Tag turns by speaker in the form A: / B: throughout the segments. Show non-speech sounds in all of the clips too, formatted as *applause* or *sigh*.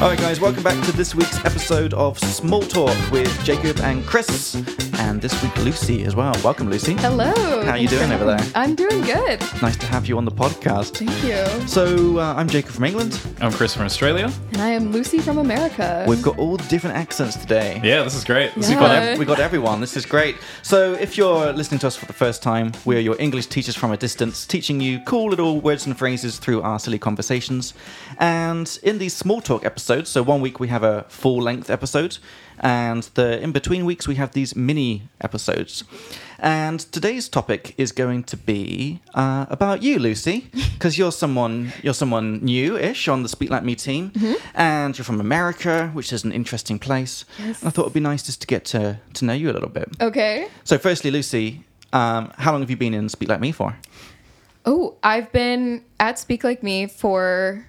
A: All right, guys, welcome back to this week's episode of Small Talk with Jacob and Chris, and this week Lucy as well. Welcome, Lucy.
B: Hello.
A: How are you doing over there?
B: I'm doing good.
A: Nice to have you on the podcast.
B: Thank you.
A: So uh, I'm Jacob from England.
C: I'm Chris from Australia.
B: And I am Lucy from America.
A: We've got all different accents today.
C: Yeah, this is great. This
B: Yeah.
C: is
A: We got,
C: fun.
A: ev- we got everyone. This is great. So, if you're listening to us for the first time, we're your English teachers from a distance, teaching you cool little words and phrases through our silly conversations. And in these small talk episodes, so one week we have a full length episode, and the in between weeks we have these mini episodes. And today's topic is going to be uh, about you,
B: *laughs*
A: Lucy, because you're someone you're someone new-ish on the Speak Like Me team,
B: Mm-hmm.
A: and you're from America, which is an interesting place.
B: Yes.
A: And I thought it'd be nice just to get to, to know you a little bit.
B: Okay.
A: So, firstly, Lucy, um, how long have you been in Speak Like Me for?
B: Oh, I've been at Speak Like Me for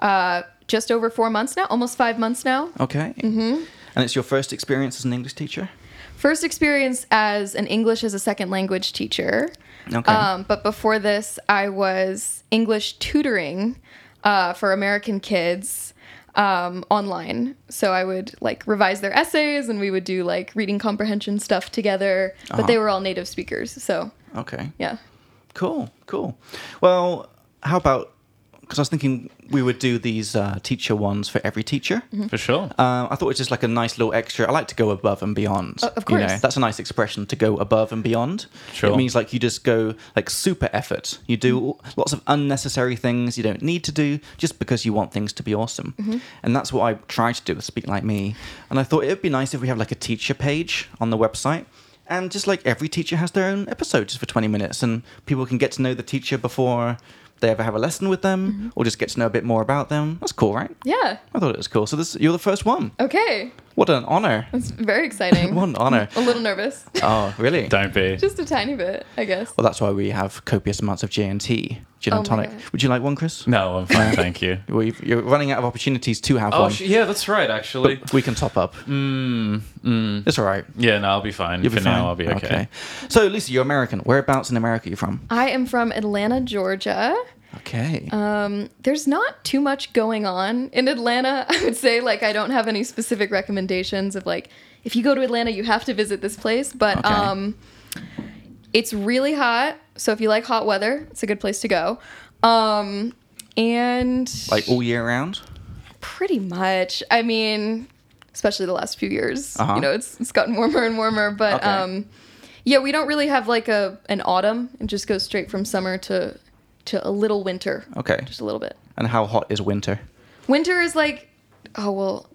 B: uh, just over four months now, almost five months now.
A: Okay. Mm-hmm. And it's your first experience as an English teacher?
B: First experience as an English as a second language teacher.
A: Okay.
B: Um, but before this, I was English tutoring uh, for American kids um, online. So I would like revise their essays and we would do like reading comprehension stuff together. But they
A: Uh-huh.
B: were all native speakers. So
A: Okay.
B: yeah.
A: Cool, cool. Well, how about, because I was thinking we would do these uh, teacher ones for every teacher.
C: For sure.
A: Um, I thought it was just like a nice little extra. I like to go above and beyond.
B: Oh, of
A: You know,
B: course.
A: that's a nice expression to go above and beyond.
C: Sure.
A: It means like you just go like super effort. You do all-
B: Mm-hmm.
A: lots of unnecessary things you don't need to do just because you want things to be awesome.
B: Mm-hmm.
A: And that's what I try to do with Speak Like Me. And I thought it would be nice if we have like a teacher page on the website. And just like every teacher has their own episode just for 20 minutes, and people can get to know the teacher before they ever have a lesson with them
B: Mm-hmm.
A: or just get to know a bit more about them. That's cool, right?
B: Yeah.
A: I thought it was cool. So this you're the first one.
B: Okay.
A: What an honor.
B: That's very
A: *laughs*
B: exciting.
A: What an
B: *laughs*
A: honor.
B: A little nervous.
A: Oh, really?
C: Don't be.
B: Just a tiny bit, I guess.
A: Well, that's why we have copious amounts of J and T, gin
B: Oh my
A: and tonic.
B: God.
A: Would you like one, Chris?
C: No, I'm fine, thank you.
A: Well, you've- you're running out of opportunities to have one.
C: Oh, sh- yeah, that's right, actually.
A: but we can top up. Mm, It's all right.
C: Yeah, no, I'll be fine.
A: You'll
C: For
A: be fine.
C: now, I'll be okay.
A: So, Lucy, you're American. Whereabouts in America are you from?
B: I am from Atlanta, Georgia.
A: Okay.
B: Um, there's not too much going on in Atlanta. *laughs* I would say like I don't have any specific recommendations of like if you go to Atlanta you have to visit this place, but
A: Okay.
B: um it's really hot, so if you like hot weather, it's a good place to go. Um and
A: like all year round?
B: pretty much. I mean, especially the last few years,
A: Uh-huh.
B: you know, it's it's gotten warmer and warmer, but
A: Okay.
B: um yeah, we don't really have like a an autumn. It just goes straight from summer to to a little winter.
A: Okay.
B: Just a little bit.
A: And how hot is winter?
B: Winter is like, oh well,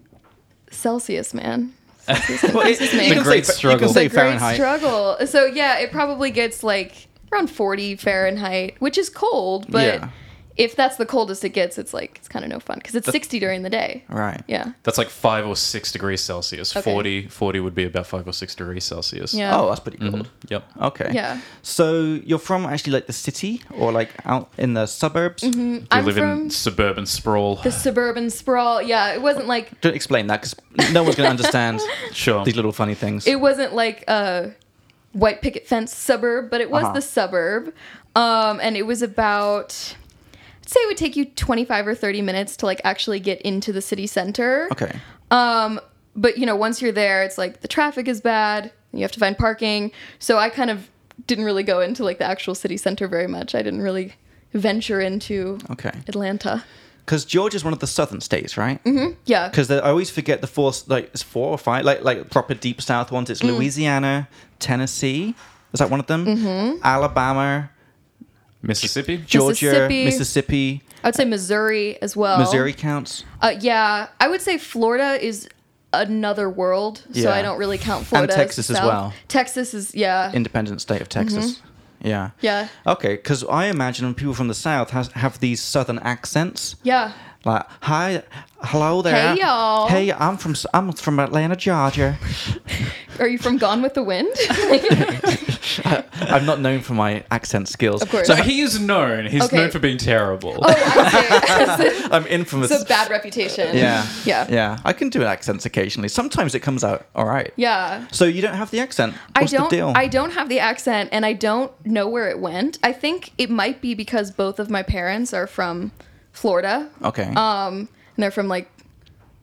B: Celsius, man. Celsius,
A: Well, it-
B: Celsius, man.
A: you can
C: great
A: say, You
C: struggle.
A: can
B: It's a
A: say
B: great
A: Fahrenheit.
B: struggle. So yeah, it probably gets like around 40 Fahrenheit, which is cold, but
A: Yeah.
B: if that's the coldest it gets, it's like it's kind of no fun because it's 60 during the day.
A: right.
B: Yeah.
C: That's like five or six degrees Celsius.
B: Okay.
C: Forty, forty 40, 40 would be about five or six degrees Celsius.
B: Yeah.
A: Oh, that's pretty cold.
C: Yep.
A: Okay.
B: Yeah.
A: So you're from actually like the city or like out in the suburbs?
B: Mm-hmm.
C: You
B: I'm
C: live
B: from
C: in suburban sprawl.
B: the suburban sprawl. Yeah, it wasn't like
A: Don't explain that because no one's going to understand
C: Sure.
A: these little funny things.
B: it wasn't like a white picket fence suburb, but it was
A: Uh-huh.
B: the suburb. Um, and it was about, I'd say it would take you 25 or 30 minutes to like actually get into the city center.
A: okay.
B: Um, but you know, once you're there, it's like the traffic is bad, you have to find parking. So I kind of didn't really go into like the actual city center very much. I didn't really venture into
A: Okay.
B: Atlanta.
A: Because Georgia's one of the southern states, right?
B: Mm-hmm. Yeah.
A: Because I always forget the four, like it's four or five, like like proper deep south ones.
B: Mm.
A: It's Louisiana, Tennessee. Is that one of them? Mm-hmm. Alabama,
C: Mississippi?
A: Georgia,
B: Mississippi. Oh.
A: Mississippi,
B: I would say Missouri as well.
A: Missouri counts.
B: Uh, yeah, I would say Florida is another world, so
A: Yeah.
B: I don't really count Florida.
A: Texas as
B: south.
A: well.
B: Texas is yeah,
A: Independent state of Texas. Yeah.
B: Mm-hmm. yeah,
A: Okay. Because I imagine people from the south has, have these southern accents.
B: yeah.
A: Like, hi, hello there.
B: Hey, y'all.
A: Hey, I'm from I'm from Atlanta, Georgia.
B: Are you from Gone with
A: *laughs*
B: the Wind? Oh,
A: I'm not known for my accent skills.
B: Of course.
C: So he is known. He's
B: Okay. Oh.
C: known for being terrible.
A: *laughs* *laughs* I'm infamous.
B: it's a bad reputation.
A: yeah.
B: *laughs* yeah,
A: Yeah. I can do accents occasionally. Sometimes it comes out all right.
B: Yeah.
A: So you don't have the accent.
B: I
A: What's
B: don't.
A: the deal?
B: I don't have the accent, and I don't know where it went. I think it might be because both of my parents are from Florida,
A: okay.
B: um, and and they're from like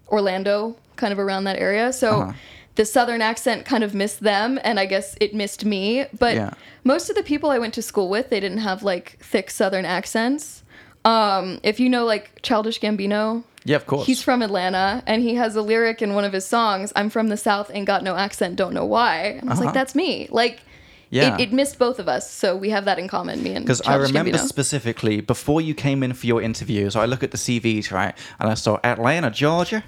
B: Orlando, kind of around that area. So
A: Uh-huh.
B: the southern accent kind of missed them, and I guess it missed me. But
A: Yeah.
B: most of the people I went to school with, they didn't have like thick southern accents. Um, if you know like Childish Gambino,
A: Yeah, of course.
B: He's from Atlanta, and he has a lyric in one of his songs, "I'm from the South and got no accent, don't know why." And I was
A: Uh-huh.
B: like, "That's me." Like,
A: Yeah.
B: it, it missed both of us, so we have that in common. Me and
A: Because I
B: Childish
A: remember
B: Gambino.
A: specifically before you came in for your interview, so I look at the CVs, right? And I saw Atlanta, Georgia.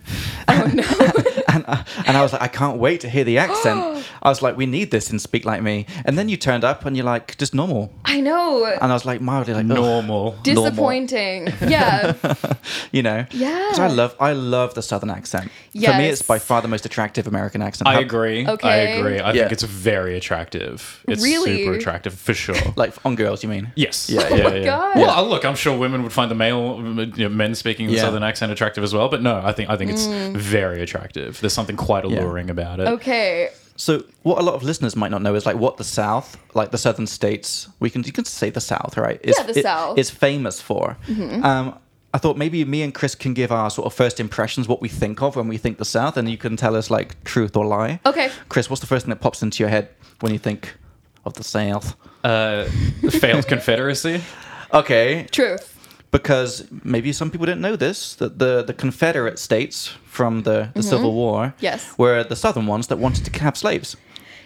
B: oh no,
A: *laughs* And I, and I was like, I can't wait to hear the
B: *gasps*
A: accent. I was like, we need this in Speak Like Me. And then you turned up and you're like, just normal.
B: I know,
A: And I was like, mildly like, no,
C: Normal.
A: normal.
B: disappointing.
A: *laughs*
B: Yeah,
A: you know?
B: Yeah.
A: 'Cause I love, I love the Southern accent. For me, it's
B: Yes.
A: by far the most attractive American accent.
C: I
A: How-
C: agree. I
B: Okay.
C: agree.
A: Yeah.
C: I think it's very attractive. It's
B: Really?
C: super attractive for sure.
A: Like on girls, you mean?
C: Yes.
A: Yeah,
C: yeah,
A: Oh
B: my
C: yeah.
B: God.
C: Well, uh, look, I'm sure women would find the male you know, men speaking with
A: Yeah.
C: southern accent attractive as well, but no, I think I think it's very attractive. There's something quite alluring about it.
B: Mm. okay.
A: So what a lot of listeners might not know is like what the South, like the Southern states, we can you can say the South, right? Is,
B: Yeah, the
A: it-
B: South. Mm-hmm.
A: is famous for. Um, I thought maybe me and Chris can give our sort of first impressions, what we think of when we think the South, and you can tell us like truth or lie.
B: Okay.
A: Chris, what's the first thing that pops into your head when you think of the South?
C: Uh, failed
B: *laughs*
C: Confederacy.
A: Okay,
B: Truth.
A: because maybe some people didn't know this that the, the Confederate states from the, the Civil War
B: Mm-hmm. Yes.
A: were the Southern ones that wanted to have slaves.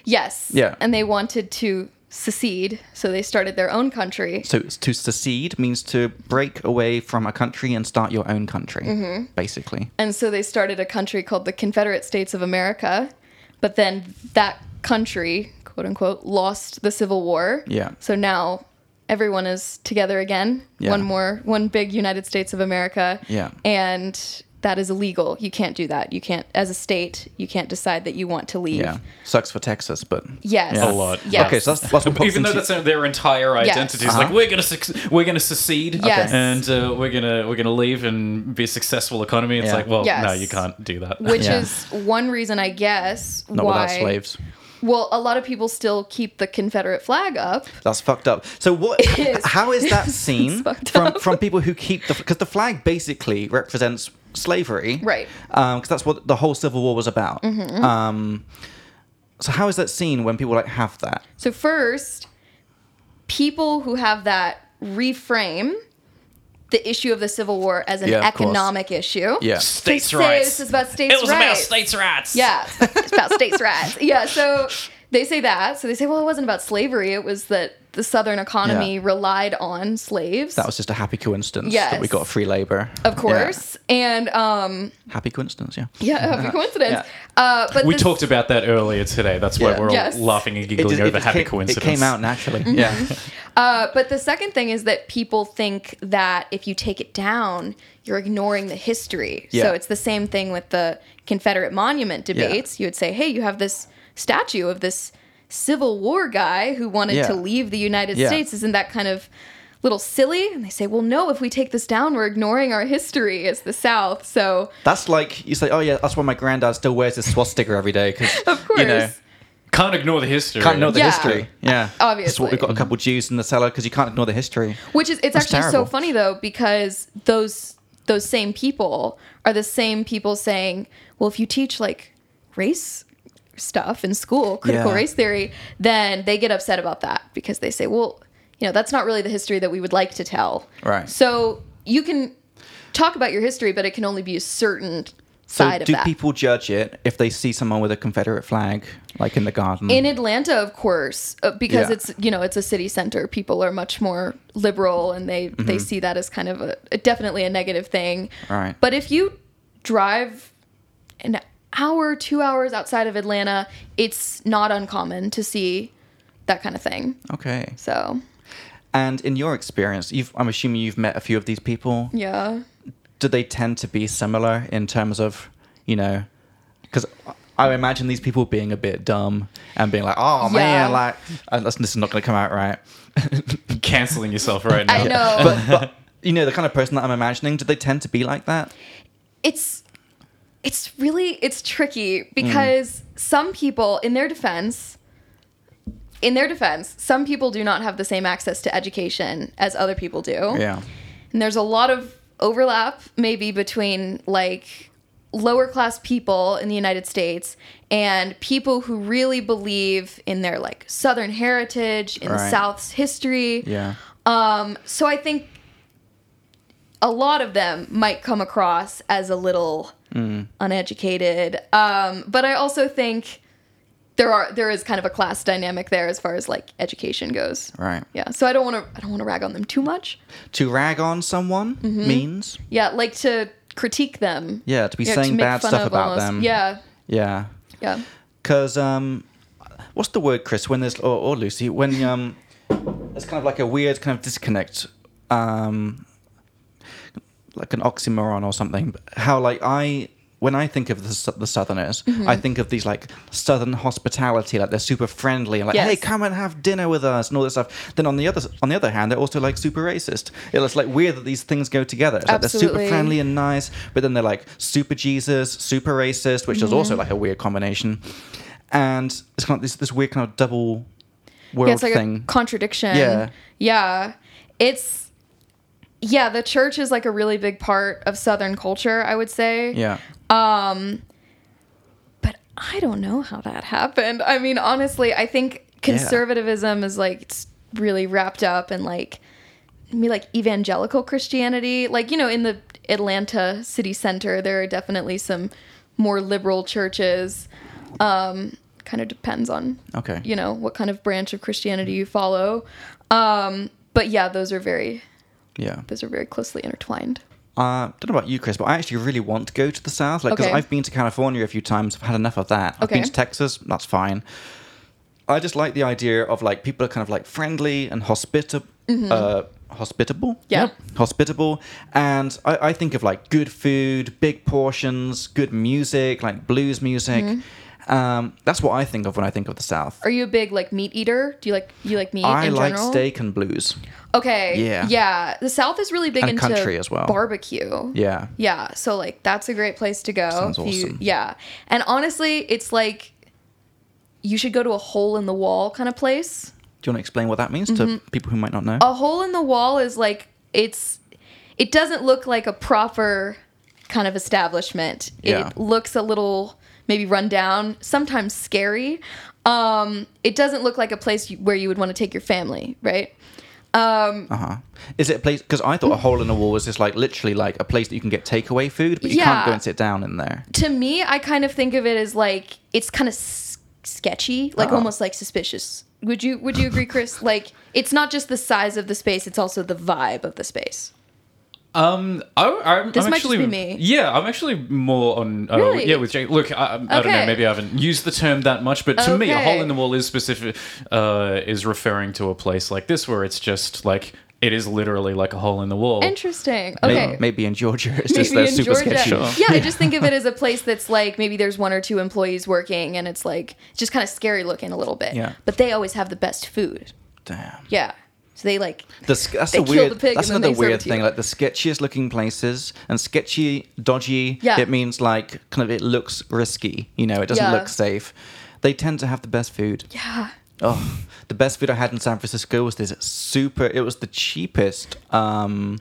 B: Yes.
A: Yeah.
B: And they wanted to secede, so they started their own country.
A: So it's to secede means to break away from a country and start your own country,
B: Mm-hmm.
A: basically.
B: And so they started a country called the Confederate States of America. But then that country, quote unquote, lost the Civil War.
A: Yeah.
B: So now everyone is together again.
A: Yeah.
B: One more, one big United States of America.
A: Yeah.
B: And that is illegal. You can't do that. You can't, as a state, you can't decide that you want to leave.
A: Yeah, sucks for Texas, but
B: Yes.
A: Yeah.
C: A lot.
B: Yes.
A: Okay, so that's, that's
C: *laughs*
A: what pops
C: Even though
A: into-
C: that's their entire
B: Yes.
C: identity, it's like
A: Uh-huh.
C: we're gonna suc- we're gonna secede,
B: Yes.
C: and uh, we're gonna we're gonna leave and be a successful economy. It's
A: Yeah.
C: like, well, no,
B: Yes.
C: you can't do that. *laughs*
B: Which
A: Yeah.
B: is one reason, I guess,
A: not
B: why.
A: without slaves.
B: Well, a lot of people still keep the Confederate flag up.
A: That's fucked up. So what?
B: is.
A: How is
B: *laughs*
A: that seen
B: fucked
A: from
B: up.
A: from people who keep the because the flag basically represents slavery,
B: Right.
A: Because Um, that's what the whole Civil War was about.
B: Mm-hmm,
A: Um, so how is that seen when people like have that?
B: So first, people who have that reframe the issue of the Civil War as an
A: Yeah, of course.
B: economic issue.
A: Yeah.
C: states
B: Say
C: rights.
B: This is about states'
C: it was
B: rights.
C: about states' rights.
B: Yeah, it's about states' *laughs* rights. Yeah, so they say that. So they say, well, it wasn't about slavery. It was that the Southern economy
A: Yeah.
B: relied on slaves.
A: That was just a happy coincidence that we
B: Yes.
A: got free labor.
B: of
A: Yeah.
B: course, and um,
A: Happy coincidence, *laughs* yeah.
B: yeah, happy coincidence. Uh, but
C: We
B: this-
C: talked about that earlier today. That's why
A: Yeah.
C: we're all
B: Yes.
C: laughing and
A: It
C: giggling
A: just-
C: over
A: just
C: happy
A: came,
C: coincidence.
A: It came out naturally.
B: Mm-hmm.
A: Yeah.
B: Uh, but the second thing is that people think that if you take it down, you're ignoring the history.
A: Yeah.
B: So it's the same thing with the Confederate monument debates. You would say, hey, you have this statue of this Civil War guy who wanted
A: Yeah.
B: to leave the United
A: Yeah.
B: States. Isn't that kind of little silly? And they say, well, no, if we take this down, we're ignoring our history as the South. So,
A: That's like you say, oh yeah, that's why my granddad still wears his swastika every day because
B: *laughs* of course.
A: you know
C: Can't ignore the history.
A: can't ignore the
B: Yeah.
A: history. Yeah, That's what
B: Obviously.
A: we've got a couple Jews in the cellar because you can't ignore the history.
B: Which is it's
A: That's
B: actually
A: terrible.
B: so funny though because those those same people are the same people saying, well, if you teach like race stuff in school, critical
A: Yeah.
B: race theory, then they get upset about that because they say, well, you know, that's not really the history that we would like to tell.
A: Right.
B: So you can talk about your history, but it can only be a certain
A: So
B: side of
A: do
B: that.
A: people judge it if they see someone with a Confederate flag, like in the garden?
B: in Atlanta, of course, uh, because
A: Yeah.
B: it's you know it's a city center. People are much more liberal, and they they see that as kind of a, a- definitely a negative thing.
A: Mm-hmm. Right.
B: But if you drive an hour, two hours outside of Atlanta, it's not uncommon to see that kind of thing.
A: okay.
B: So
A: And in your experience, you've, I'm assuming you've met a few of these people.
B: yeah,
A: Do they tend to be similar in terms of, you know, because I imagine these people being a bit dumb and being like, oh
B: Yeah.
A: man, like, uh, this this is not going to come out right. *laughs*
C: Canceling yourself right now.
B: I know.
A: but, but you know the kind of person that I'm imagining. Do they tend to be like that?
B: it's it's really it's tricky because some people in their defense in their defense some people do not have the same access to education as other people do
A: Yeah,
B: and there's a lot of overlap maybe between like lower class people in the United States and people who really believe in their like southern heritage, in the
A: Right.
B: South's history.
A: Yeah.
B: Um, so I think a lot of them might come across as a little
A: Mm.
B: uneducated. Um, but I also think there are there is kind of a class dynamic there as far as like education goes.
A: Right.
B: Yeah. So I don't want to I don't want to rag on them too much.
A: To rag on someone
B: Mm-hmm.
A: means
B: Yeah, like to critique them.
A: yeah to be
B: Yeah, to
A: saying
B: make
A: bad
B: fun
A: stuff
B: of
A: about
B: almost.
A: them.
B: Yeah.
A: Yeah.
B: Yeah.
A: Because um, what's the word, Chris? When there's or, or Lucy when um, there's kind of like a weird kind of disconnect. Um, like an oxymoron or something. How like I when I think of the, Sou- the Southerners, I think of these like Southern hospitality, like they're super friendly and like,
B: Yes.
A: hey, come and have dinner with us and all this stuff. Then on the other on the other hand, they're also like super racist. It's like weird that these things go together. It's like they're super
B: Absolutely.
A: friendly and nice, but then they're like super Jesus, super racist, which is
B: Mm-hmm.
A: also like a weird combination. And it's kind of this this weird kind of double world
B: yeah, it's like a
A: thing.
B: contradiction.
A: Yeah.
B: Yeah. It's yeah, the church is like a really big part of southern culture, I would say.
A: yeah.
B: But I don't know how that happened. I mean, honestly, I think conservatism is like it's really wrapped up in like me like evangelical Christianity. Like, you know, in the Atlanta city center, there are definitely some more liberal churches. Um kind of depends on
A: Okay.
B: you know what kind of branch of Christianity you follow. Um, but yeah, those are very
A: Yeah.
B: those are very closely intertwined.
A: Uh, don't know about you, Chris, but I actually really want to go to the South. Like, because
B: Okay.
A: I've been to California a few times. I've had enough of that. I've been
B: Okay.
A: to Texas. That's fine. I just like the idea of like people are kind of like friendly and hospitable. Uh, hospitable.
B: Mm-hmm. Yeah.
A: Hospitable. And I, I think of like good food, big portions, good music, like blues music.
B: Mm-hmm.
A: Um, that's what I think of when I think of the South.
B: Are you a big like meat eater? Do you like you like meat?
A: I
B: in
A: like
B: general?
A: steak and blues.
B: Okay.
A: Yeah.
B: Yeah. The South is really big
A: And
B: into
A: country as well.
B: Barbecue.
A: Yeah.
B: Yeah. So like that's a great place to go.
A: Sounds
B: if you-
A: awesome.
B: yeah. And honestly, it's like you should go to a hole in the wall kind of place.
A: Do you want to explain what that means
B: Mm-hmm.
A: to people who might not know?
B: a hole in the wall is like it's it doesn't look like a proper kind of establishment
A: Yeah.
B: it looks a little maybe run down sometimes scary um it doesn't look like a place you- where you would want to take your family right
A: Uh huh. Is it a place? Because I thought a hole in a wall was just like literally like a place that you can get takeaway food, but you can't
B: Yeah.
A: go and sit down in there.
B: to me i kind of think of it as like it's kind of s- sketchy like
A: Oh.
B: almost like suspicious would you would you agree chris like it's not just the size of the space it's also the vibe of the space
A: *laughs*
C: Um, I, I'm,
B: This
C: I'm
B: might just
C: actually,
B: be me.
C: Yeah, I'm actually more on. Uh,
B: Really?
C: Yeah, with Jake. Look, I, I don't know.
B: Okay.
C: Maybe I haven't used the term that much, but to me, a hole
B: Okay.
C: in the wall is specific. Uh, is referring to a place like this where it's just like it is literally like a hole in the wall.
B: interesting
A: May-
B: okay
A: Maybe, in Georgia it's just
B: Maybe
A: they're
B: in
A: super
B: Georgia.
A: sketchy.
C: Sure.
B: Yeah, I just think of it as a place that's like maybe there's one or two employees working and it's like just kind of scary looking a little bit.
A: Yeah.
B: But they always have the best food.
A: Damn.
B: Yeah. So they like
A: The, sk- that's
B: They
A: a
B: kill
A: weird.
B: the pig
A: that's
B: and
A: another
B: then they serve it
A: weird
B: to
A: thing.
B: you.
A: Like the sketchiest looking places and sketchy, dodgy.
B: Yeah.
A: It means like kind of it looks risky. You know, it doesn't
B: Yeah.
A: look safe. They tend to have the best food.
B: yeah.
A: Oh, the best food I had in San Francisco was this super. It was the cheapest um,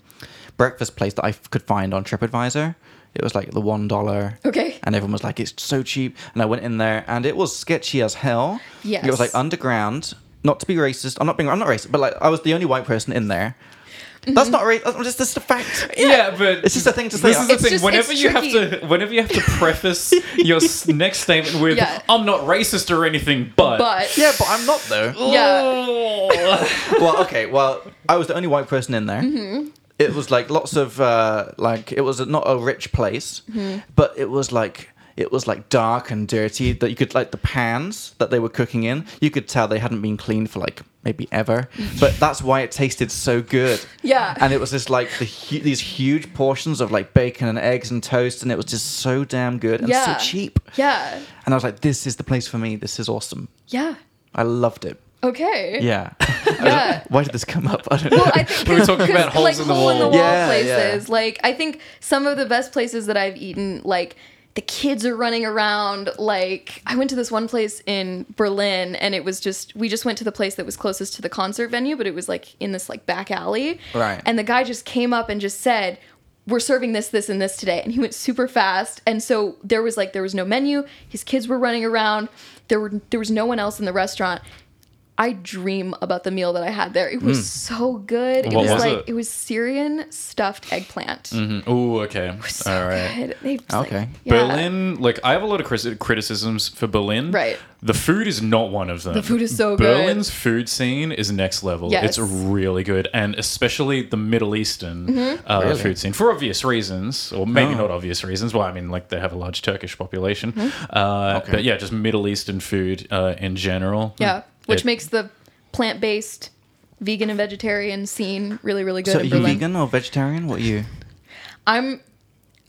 A: breakfast place that I f- could find on TripAdvisor. It was like the one dollar.
B: Okay.
A: And everyone was like, "It's so cheap," and I went in there, and it was sketchy as hell. It was
B: Yes.
A: like underground. Not to be racist. I'm not being. I'm not racist, but like I was the only white person in there. That's not racist. That's just this is a fact.
C: Mm-hmm. Yeah, but
A: It's just a thing to
C: This
A: say.
C: is the
B: It's
C: thing.
B: just-
C: whenever
B: it's
C: you have
B: tricky.
C: to, *laughs* whenever you have to
B: *laughs*
C: preface your s- next statement with
B: Yeah.
C: "I'm not racist or anything," but
B: But
A: Yeah, but I'm not though.
B: yeah.
A: well, okay. Well, I was the only white person in there.
B: Mm-hmm.
A: It was like lots of uh, like it was not a rich place,
B: Mm-hmm.
A: but it was like it was like dark and dirty. That you could like the pans that they were cooking in, you could tell they hadn't been cleaned for like maybe
B: *laughs*
A: ever. But that's why it tasted so good.
B: Yeah.
A: and it was just like the hu- these huge portions of like bacon and eggs and toast, and it was just so damn good and
B: Yeah.
A: so cheap.
B: Yeah.
A: And I was like, this is the place for me. This is awesome.
B: Yeah.
A: I loved it.
B: Okay.
A: Yeah. *laughs*
B: Yeah.
A: Why did this come up? *laughs* I don't know.
B: Well,
C: *laughs*
B: I think
C: We
B: *laughs*
C: were talking about holes
B: like
C: in the
B: hole in the
C: wall.
B: wall
A: Yeah,
B: places. Like I think some of the best places that I've eaten, like the kids are running around. Like I went to this one place in Berlin, and it was just we just went to the place that was closest to the concert venue, but it was like in this like back alley.
A: Right.
B: And the guy just came up and just said. we're serving this, this, and this today. And he went super fast. And so there was like there was no menu. His kids were running around. There were there was no one else in the restaurant. I dream about the meal that I had there. It was
A: Hmm.
B: so good. It
C: What
B: was,
C: was
B: like
C: it?
B: it? was Syrian stuffed eggplant.
C: Mm, *laughs* Ooh, okay.
B: So
C: All right.
B: good. They just, like-
A: Mm-hmm. Okay.
B: yeah.
C: Berlin, like I have a lot of cris- criticisms for Berlin.
B: Right.
C: The food is not one of them. The
B: food is so good.
C: Berlin's food scene is next level.
B: Yes.
C: It's really good, and especially the Middle Eastern
B: Mm-hmm.
C: uh,
A: Really?
C: food scene for obvious reasons, or maybe
A: Oh.
C: not obvious reasons. Well, I mean, like they have a large Turkish population,
B: Mm-hmm.
C: uh,
A: Okay.
C: but yeah, just Middle Eastern food uh, in general.
B: Yeah. Which
C: It-
B: makes the plant based vegan and vegetarian scene really, really good
A: So, are
B: in
A: you
B: Berlin.
A: vegan or vegetarian? What are you?
B: I'm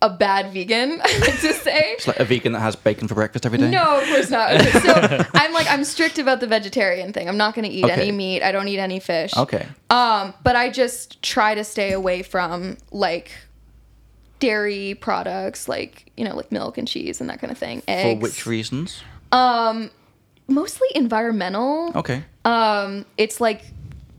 B: a bad vegan, *laughs* I like to say.
A: It's like a vegan that has bacon for breakfast every day?
B: No, of course
A: *laughs*
B: not. Okay, so I'm like I'm strict about the vegetarian thing. I'm not going to eat
A: Okay.
B: any meat. I don't eat any fish.
A: Okay.
B: Um, but I just try to stay away from like dairy products, like you know, like milk and cheese and that kind of thing. Eggs. Um,
A: For which reasons?
B: Mostly environmental.
A: Okay.
B: Um, it's like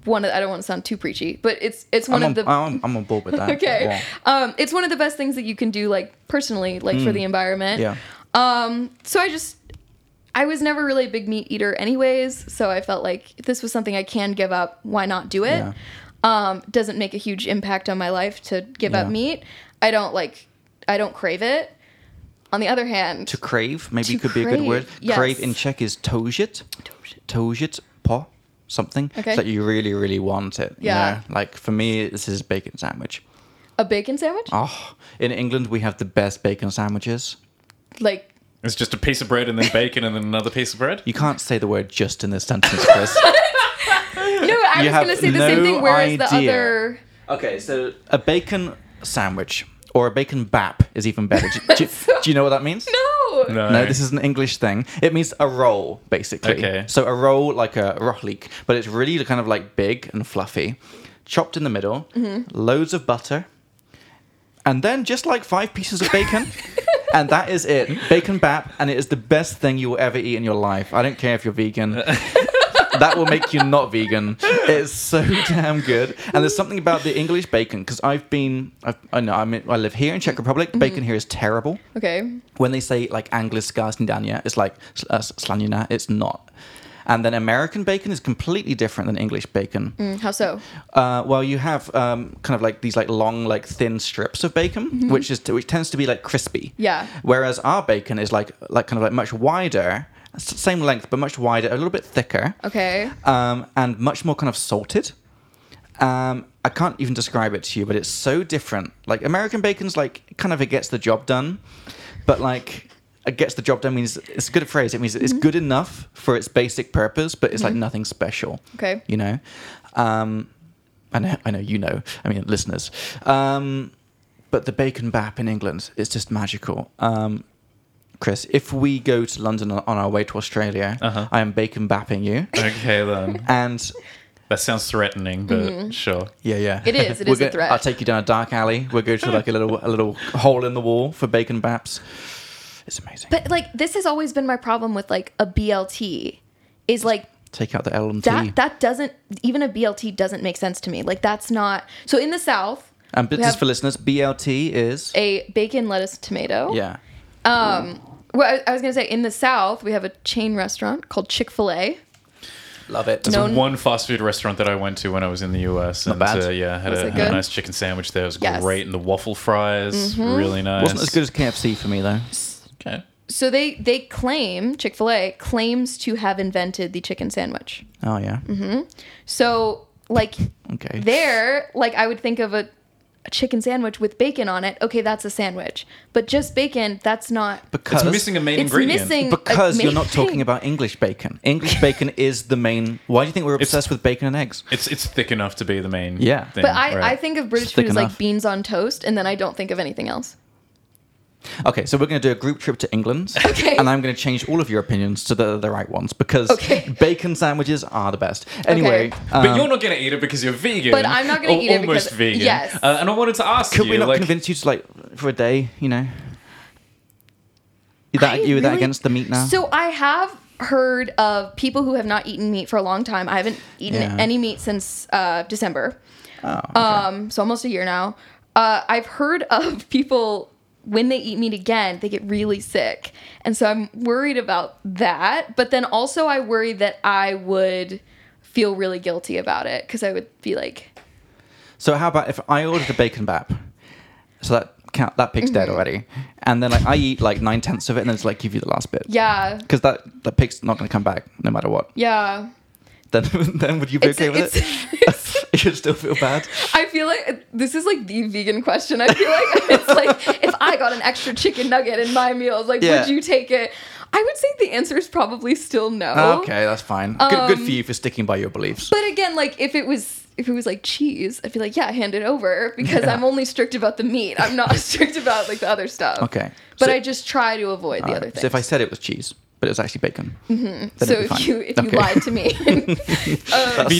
B: one of I don't want to sound too preachy, but it's it's one
A: I'm, on,
B: of the
A: I'm, I'm on board with that.
B: *laughs* okay.
A: Yeah.
B: Um, it's one of the best things that you can do, like personally, like for the environment.
A: Mm. Yeah.
B: So I just, I was never really a big meat eater, anyways. So I felt like if this was something I can give up, why not do it?
A: Yeah.
B: Um, doesn't make a huge impact on my life to give
A: Yeah.
B: up meat. I don't like, I don't crave it. On the other hand,
A: To crave, maybe
B: To
A: could be a good word.
B: crave, yes.
A: Crave in Czech is tojit. Tojit po something
B: Okay.
A: that you really, really want it. you
B: Yeah.
A: know? Like for me, this is bacon sandwich.
B: a bacon sandwich,
A: Oh, in England we have the best bacon sandwiches.
B: like
C: It's just a piece of bread and then bacon and then another piece of bread.
A: You can't say the word just in this sentence, Chris.
B: no, I
A: You
B: was
A: have
B: gonna say the same
A: no
B: thing. Whereas the
A: idea.
B: other,
A: okay, so a bacon sandwich or a bacon bap is even better. Do, *laughs* do- do you know what that means?
B: no,
C: No,
A: *laughs* No, this is an English thing. It means a roll, basically.
C: Okay.
A: So a roll like a rochleek, but it's really kind of like big and fluffy, chopped in the middle, loads of butter, and then just like five pieces of bacon. And that is it. Bacon bap, and it is the best thing you will ever eat in your life. I don't care if you're vegan. that will make you not vegan. It's so *laughs* damn good. And there's something about the English bacon because I've been, I've, I know, I'm, in- I live here in Czech Republic. The bacon here is terrible
B: okay,
A: when they say like anglická snídaně, it's like s- uh, s- slanina, it's not. And then American bacon is completely different than English bacon.
B: Mm, how so?
A: Uh, well, you have um, kind of like these like long, like thin strips of bacon, which is which tends to be like crispy.
B: Mm-hmm. Yeah.
A: Whereas our bacon is like like kind of like much wider, s- same length but much wider, a little bit thicker
B: Okay,
A: um, and much more kind of salted. Um, I can't even describe it to you, but it's so different. Like American bacon's like kind of it gets the job done, but like it gets the job done means it's a good phrase. It means it's good enough for its basic purpose, but it's like nothing special.
B: Okay.
A: you know. Um, I know, I know, you know. I mean, listeners. Um, but the bacon bap in England is just magical. Um, Chris, if we go to London on on our way to Australia,
C: Uh-huh.
A: I am bacon bapping you.
C: Okay then.
A: And
C: That sounds threatening, but
B: Mm-hmm.
C: sure.
A: yeah, yeah,
B: It is, it
A: We're
B: is a
A: gonna-
B: threat.
A: I'll take you down a dark alley. We'll go to like a little a little hole in the wall for bacon baps. It's amazing.
B: but like this has always been my problem with like a BLT, is like
A: take out the LMT.
B: that that doesn't even a BLT doesn't make sense to me. Like that's not so in the South.
A: and
B: we
A: this is
B: have
A: for listeners. BLT is
B: a bacon lettuce tomato.
A: yeah.
B: Well, I, I was gonna say in the South we have a chain restaurant called Chick Fil A.
A: Love it.
B: No.
C: There's one fast food restaurant that I went to when I was in the US. and
A: bad.
C: Uh, yeah, had,
B: Was
C: a,
B: it
C: had a
B: good?
C: nice chicken sandwich there. It was
B: Yes. Mm-hmm.
C: great. And the waffle fries, really nice.
A: Wasn't as good as KFC for me though.
C: Okay.
B: So they they claim Chick Fil A claims to have invented the chicken sandwich.
A: Oh yeah.
B: So like
A: Okay.
B: Mm-hmm. there, like I would think of a, a chicken sandwich with bacon on it. Okay, that's a sandwich, but just bacon, that's not.
A: because
C: it's missing a main
B: It's
C: ingredient.
B: missing a
A: because you're
B: main
A: not talking
B: thing.
A: about English bacon. English bacon is the main. Why do you think we're
C: It's-
A: obsessed with bacon and eggs?
C: It's it's thick enough to be the main.
A: Yeah.
C: thing,
B: But I,
C: right.
B: I think of British
A: It's thick
B: food as
A: enough.
B: like beans on toast, and then I don't think of anything else.
A: Okay, so we're going to do a group trip to England.
B: *laughs* Okay.
A: And I'm going to change all of your opinions to the, the right ones because
B: Okay.
A: bacon sandwiches are the best. Anyway, um,
C: But you're not going to eat it because you're vegan.
B: But I'm not gonna
C: or
B: eat it because-
C: almost vegan.
B: yes.
C: Uh, and I wanted to ask
A: could
C: you,
A: we not
C: like,
A: convince you to, like, for a day, you know? Is that,
B: I
A: you that
B: really-
A: against the meat now?
B: So I have heard of people who have not eaten meat for a long time. I haven't eaten
A: Yeah.
B: any meat since uh, December,
A: oh, okay.
B: um, so almost a year now. uh, I've heard *laughs* of people when they eat meat again, they get really sick. And so I'm worried about that. But then also, I worry that I would feel really guilty about it because I would be like,
A: So how about if I ordered a bacon bap? So that count that pig's
B: Mm-hmm.
A: dead already, and then like I eat like nine tenths of it, and then it's like give you the last bit.
B: yeah,
A: Because that that pig's not going to come back no matter what. *laughs*
B: yeah.
A: Then then would you be
B: It's-
A: okay with *laughs*
B: *laughs* it's-
A: it? you should still feel bad.
B: I feel like this is like the vegan question. I feel like *laughs* it's like if I got an extra chicken nugget in my meals, like,
A: Yeah.
B: would you take it? I would say the answer is probably still no.
A: Okay, that's fine. good, good
B: Oh. Um,
A: for you for sticking by your beliefs.
B: But again, like if it was if it was like cheese, I'd be like, yeah, hand it over because
A: Yeah.
B: I'm only strict about the meat. I'm not *laughs* strict about like the other stuff.
A: Okay.
B: But
A: So-
B: I just try to avoid the
A: Alright,
B: other things.
A: So if I said it was cheese, but it was actually bacon. Mm-hmm.
B: so if you if you lied to me, um,
C: Be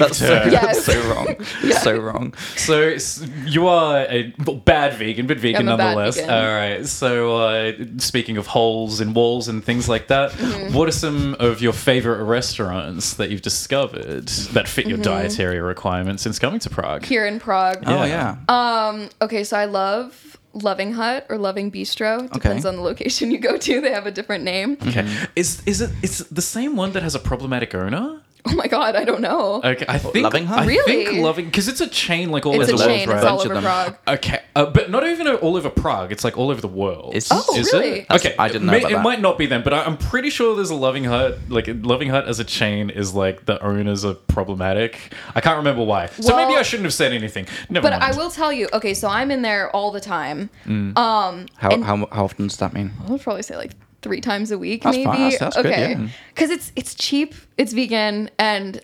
A: *laughs* That's so,
C: her.
A: that's so
B: Yes. *laughs*
A: wrong. It's so wrong.
C: So s- you are a b- bad vegan, but vegan
B: I'm a bad
C: nonetheless.
B: vegan.
C: All right. So uh, speaking of holes and walls and things like that,
B: Mm-hmm.
C: what are some of your favorite restaurants that you've discovered that fit
B: Mm-hmm.
C: your dietary requirements since coming to Prague?
B: here in Prague.
A: Oh
C: Yeah.
A: yeah.
B: Um, okay, so I love Loving Hut or Loving Bistro. It depends on the location you go to. They have a different name.
C: Okay. Is is it is it the same one that has a problematic owner?
B: *laughs* Oh my god, I don't know.
C: Okay, I think
A: Loving Hut?
C: I think
B: Really?
C: loving because it's a chain like all
B: it's a
C: over the
B: chain.
C: world,
B: It's
C: right?
B: all
A: Bunch of
B: over
A: them.
B: Prague.
C: Okay, uh, but not even all over Prague. It's like all over the world.
A: Is- Oh,
B: really?
C: It?
A: That's-
C: Okay,
A: I didn't know
C: May-
A: about
C: it
A: that.
C: might not be them, but I, I'm pretty sure there's a Loving Hut. Like Loving Hut as a chain is like the owners are problematic. I can't remember why. So maybe
B: Well-
C: I shouldn't have said anything. Never
B: But
C: mind.
B: I will tell you, okay, so I'm in there all the time. Um,
A: How,
B: and-
A: how how often does that mean?
B: I would probably say like three times a week,
A: That's
B: maybe.
A: fine. That's- that's good,
B: okay,
A: yeah.
B: because it's it's cheap, it's vegan, and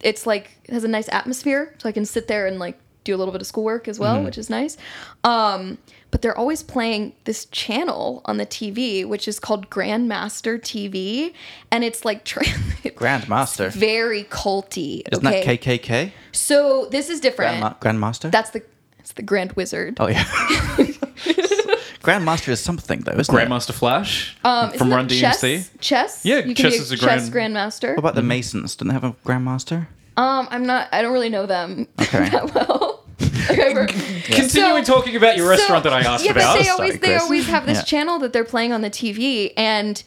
B: it's like it has a nice atmosphere, so I can sit there and like do a little bit of schoolwork as
A: Mm-hmm.
B: well, which is nice. Um, but they're always playing this channel on the TV, which is called Grandmaster TV, and it's like *laughs* tra- it's
A: Grandmaster.
B: very culty.
A: Isn't
B: okay,
A: that KKK?
B: so this is different.
A: Grandma- Grandmaster.
B: That's the it's the Grand Wizard.
A: oh
B: *laughs*
A: yeah. Grandmaster is something though, isn't it?
C: Grandmaster Flash
B: Um,
C: from
B: isn't
C: Run
B: that chess?
C: DMC.
B: Chess.
C: Yeah,
B: you can
C: chess
B: be a
C: is a
B: chess
C: grand-
B: grandmaster.
A: What about
C: Mm-hmm.
A: the Masons? Didn't they have a grandmaster?
B: Um, I'm not. I don't really know them *laughs*
A: Okay.
B: that well. Okay, we're-
C: Continuing
B: So-
C: talking about *laughs* your restaurant
B: so-
C: that I asked
B: yeah,
C: about.
B: But they
A: Sorry,
B: always they
A: Chris.
B: always have this
A: Yeah.
B: channel that they're playing on the TV and.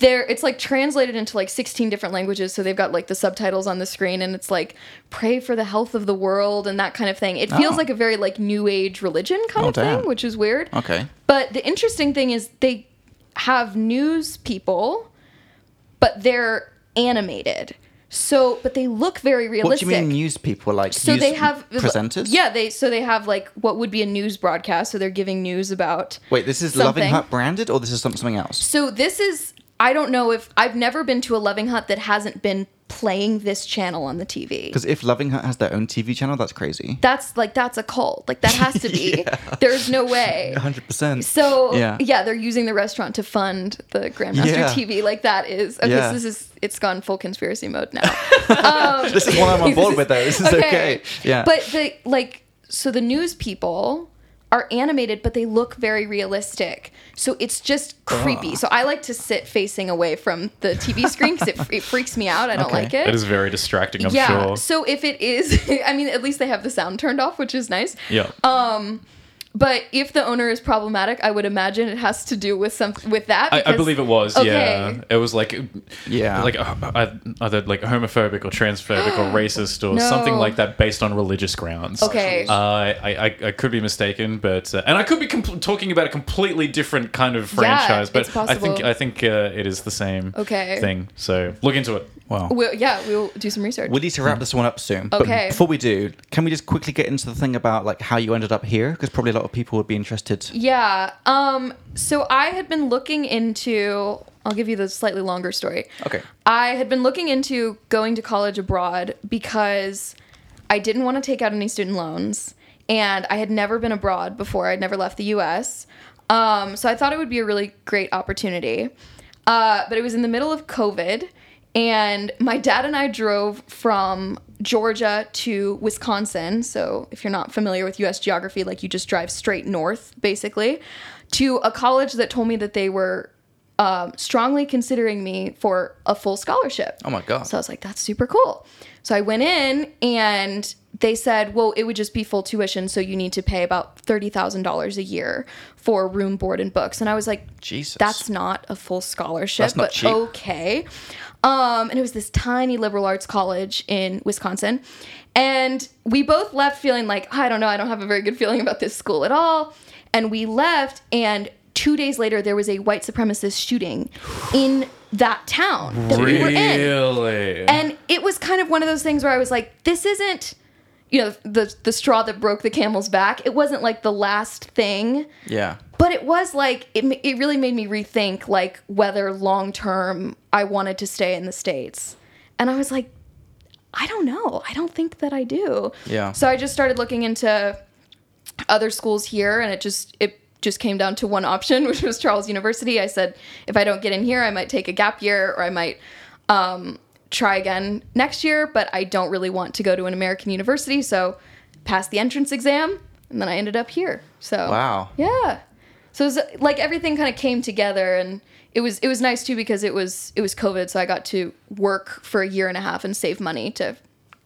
B: They're, it's like translated into like 16 different languages so they've got like the subtitles on the screen and it's like pray for the health of the world and that kind of thing it feels
A: Oh.
B: like a very like new age religion kind
A: Oh,
B: of
A: damn.
B: thing which is weird
A: Okay.
B: but the interesting thing is they have news people, but they're animated. So, but they look very
A: What
B: realistic.
A: do you mean news people like
B: so
A: news
B: they have
A: presenters?
B: Yeah, they so they have like what would be a news broadcast. So they're giving news about.
A: Wait, this is Loving
B: Something.
A: Hut branded or this is some- something else?
B: So this is I don't know if I've never been to a loving hut that hasn't been playing this channel on the TV.
A: Because if Loving Hut has their own TV channel, that's crazy.
B: That's like that's a cult. Like that has
A: *laughs*
B: to be. There's no way.
A: 100%.
B: So
A: Yeah.
B: yeah. they're using the restaurant to fund the Grandmaster
A: Yeah.
B: TV. Like that is okay.
A: Yeah.
B: So this is it's gone full conspiracy mode
A: *laughs*
B: now. Um,
A: this is what I'm
B: *laughs*
A: on board with though. This is okay. Yeah.
B: But the like so the news people are animated, but they look very realistic. So it's just creepy.
A: Ah.
B: So I like to sit facing away from the TV screen because it, it freaks me out. I don't
A: Okay.
B: like it.
C: That is very distracting. I'm
B: yeah.
C: sure.
B: So if it is, *laughs* I mean, at least they have the sound turned off, which is nice.
C: yeah.
B: But if the owner is problematic, I would imagine it has to do with some with that.
C: I, I
B: because-
C: believe it was.
B: Okay.
C: Yeah, it was like,
A: Yeah.
C: like uh, uh, either like homophobic or transphobic
B: *gasps*
C: or racist or something
B: No.
C: like that, based on religious grounds.
B: Okay.
C: uh, I, I I could be mistaken, but uh, and I could be compl- talking about a completely different kind of franchise,
B: it's
C: but I think
B: possible.
C: I think uh, it is the same
B: Okay.
C: thing. So look into it.
A: wow.
B: We'll, yeah, we'll do some research.
A: We need to wrap this one up soon. But
B: Okay.
A: before we do, can we just quickly get into the thing about like how you ended up here? Because probably a lot of people would be interested.
B: yeah. Um. So I had been looking into. I'll give you the slightly longer story.
A: Okay.
B: I had been looking into going to college abroad because I didn't want to take out any student loans and I had never been abroad before. I'd never left the US. Um, so I thought it would be a really great opportunity. Uh, but it was in the middle of COVID and my dad and I drove from Georgia to Wisconsin. So if you're not familiar with US geography, like you just drive straight north basically to a college that told me that they were um, strongly considering me for a full scholarship.
A: Oh my god.
B: So I was like, that's super cool. So I went in and they said, well, it would just be full tuition. So you need to pay about $30,000 a year for room, board, and books. And I was like,
A: Jesus.
B: That's not a full scholarship,
A: That's not
B: but
A: cheap.
B: okay. Um, and it was this tiny liberal arts college in Wisconsin. And we both left feeling like, I don't know, I don't have a very good feeling about this school at all. And we left, and two days later, there was a white supremacist shooting in that town that we were in.
C: Really?
B: And it was kind of one of those things where I was like, this isn't, you know, the the straw that broke the camel's back. It wasn't like the last thing,
A: yeah.
B: but it was like it ma- it really made me rethink like whether long term I wanted to stay in the states. And I was like, I don't know. I don't think that I do.
A: Yeah.
B: So I just started looking into other schools here and it just it just came down to one option *laughs* which was charles university i said if i don't get in here i might take a gap year or i might um, try again next year but i don't really want to go to an american university so passed the entrance exam and then i ended up here so
A: Wow.
B: yeah so it was uh, like everything kind of came together and it was it was nice too because it was it was covid so i got to work for a year and a half and save money to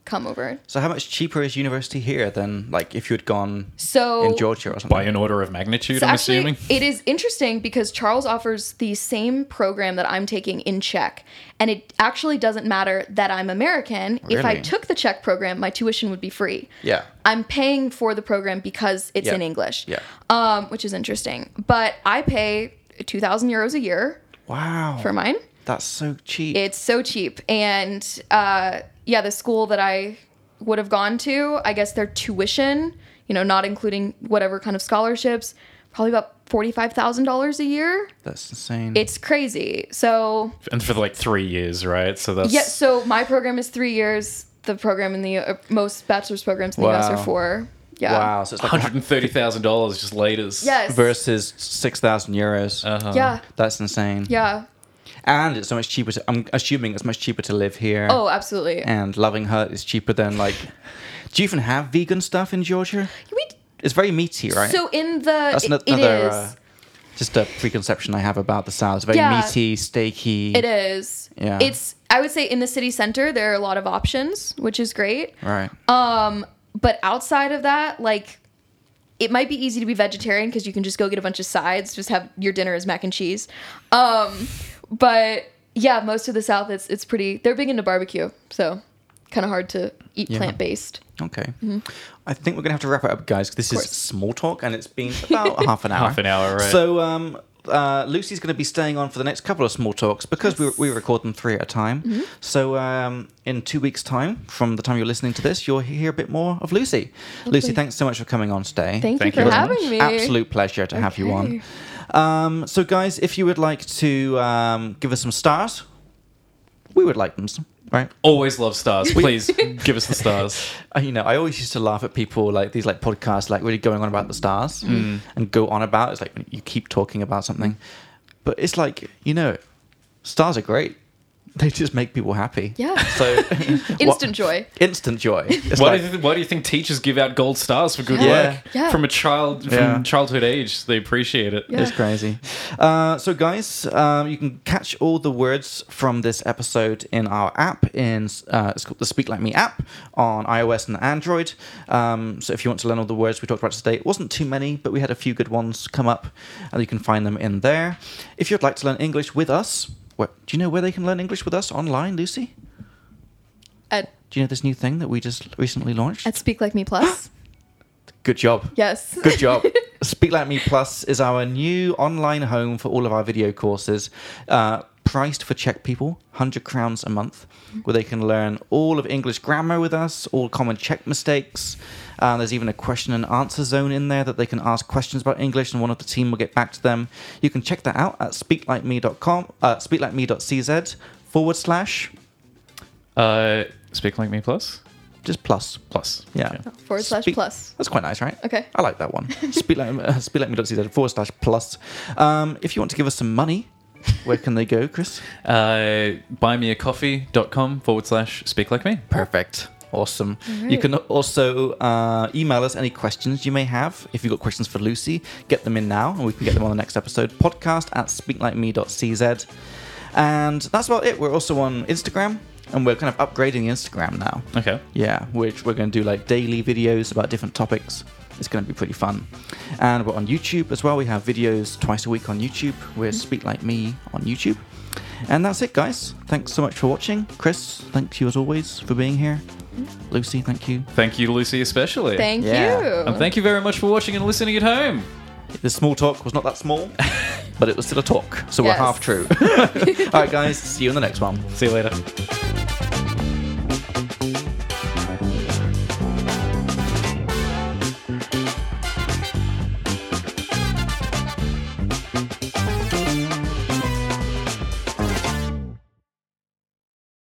B: come over
A: So how much cheaper is university here than like if you had gone
B: so
A: in Georgia or something?
C: By an order of magnitude,
B: So
C: I'm
B: actually,
C: assuming.
B: it is interesting because Charles offers the same program that I'm taking in Czech, and it actually doesn't matter that I'm American. If I
A: Really?
B: took the Czech program, my tuition would be free.
A: Yeah.
B: I'm paying for the program because it's
A: Yeah.
B: in English.
A: Yeah.
B: um, which is interesting. But I pay two thousand euros a year
A: Wow.
B: for mine.
A: That's so cheap.
B: It's so cheap, and uh, yeah, the school that I would have gone to, I guess their tuition, you know, not including whatever kind of scholarships, probably about forty-five thousand dollars a year.
A: That's insane.
B: It's crazy. So
C: and for like three years, right? So that's
B: yeah, so my program is three years. The program in the uh, most bachelor's programs in the U.S.
A: Wow.
B: are four. Yeah.
A: wow. So it's like
C: hundred and thirty thousand dollars just latest.
B: Yes.
A: versus six thousand euros.
C: Uh-huh.
B: yeah.
A: That's insane.
B: Yeah.
A: And it's so much cheaper. To, I'm assuming it's much cheaper to live here.
B: Oh, absolutely.
A: And loving her is cheaper than
B: *laughs*
A: like. do you even have vegan stuff in Georgia?
B: We-
A: It's very meaty, right?
B: So in the
A: That's
B: it-
A: not
B: it
A: another.
B: is.
A: Uh, just a preconception I have about the South. It's very
B: Yeah.
A: meaty, steaky.
B: It is.
A: Yeah.
B: It's I would say in the city center there are a lot of options, which is great.
A: Right.
B: Um, but outside of that, like it might be easy to be vegetarian because you can just go get a bunch of sides, just have your dinner as mac and cheese. Um, but yeah, most of the South it's it's pretty they're big into barbecue, so kinda hard to eat
A: Yeah.
B: plant based.
A: Okay. I think we're going to have to wrap it up, guys, 'cause this is
B: Mm-hmm. course.
A: small talk and it's been
B: *laughs*
A: about half an hour.
C: Half an hour, right.
A: So, um, uh, Lucy's going to be staying on for the next couple of small talks because we, we record them three at a time.
B: Mm-hmm.
A: So, um, in two weeks' time, from the time you're listening to this, you'll hear a bit more of Lucy. Lucy,
B: Lovely.
A: thanks so much for coming on today.
B: Thank,
C: Thank
B: you
C: you
B: for
C: very
B: having me.
A: Absolute pleasure to have you on.
B: Okay.
A: Um, so, guys, if you would like to um, give us some stars, we would like them, right?
C: Always love stars.
B: *laughs*
C: Please give us the stars.
A: Uh, you know, I always used to laugh at people like these like podcasts like really going on about the stars and go on about it. it's like you keep talking about something, but it's like you know, stars are great. They just make people happy.
B: Yeah.
A: So
B: *laughs*
A: *laughs*
B: Instant joy.
A: Instant joy. It's
C: Why,
A: like-
C: do you, why do you think teachers give out gold stars for good
A: Yeah.
C: work
B: Yeah.
C: from a child from
A: Yeah.
C: childhood age? They appreciate it.
B: Yeah.
A: It's crazy. Uh, so, guys, um, you can catch all the words from this episode in our app. In uh, it's called the Speak Like Me app on iOS and Android. Um, so, if you want to learn all the words we talked about today, it wasn't too many, but we had a few good ones come up, and you can find them in there. If you'd like to learn English with us, where, do you know where they can learn English with us online, Lucy?
B: At
A: Do you know this new thing that we just recently launched?
B: at Speak Like
A: *gasps*
B: Me Plus.
A: Good job.
B: yes.
A: Good job. *laughs* Speak Like Me Plus is our new online home for all of our video courses, uh, priced for Czech people, 100 crowns a month, where they can learn all of English grammar with us, all common Czech mistakes. Uh, there's even a question and answer zone in there that they can ask questions about English, and one of the team will get back to them. You can check that out at speaklikeme.com, uh, speaklikeme.cz forward slash
C: Uh, speak like me plus
A: just plus.
C: plus.
A: Yeah.
B: *laughs* Forward slash
A: Speak-
B: plus.
A: That's quite nice, right?
B: Okay.
A: I like *laughs* that one. Speak like, uh, speaklikeme.cz forward slash plus. Um, if you want to give us some money, where can they go, Chris?
C: Uh, buymeacoffee.com forward slash speak like me.
A: *laughs* Perfect. Awesome. You
B: right.
A: can also uh, email us any questions you may have. If you've got questions for Lucy, get them in now and we can get them on the next episode. Podcast at speaklikeme.cz. And that's about it. We're also on Instagram and we're kind of upgrading Instagram now.
C: Okay.
A: Yeah, which we're going to do like daily videos about different topics. It's going to be pretty fun. And we're on YouTube as well. We have videos twice a week on YouTube. We're Speak Like Me on YouTube. And that's it, guys. Thanks so much for watching. Chris, thank you as always for being here. Lucy, thank you.
C: Thank you, Lucy, especially.
B: Thank
A: Yeah.
B: you.
C: And thank you very much for watching and listening at home.
A: The small talk was not that small, but it was still a talk. So *laughs*
B: Yes.
A: we're half true. All right, guys. See you in the next one.
C: See you later.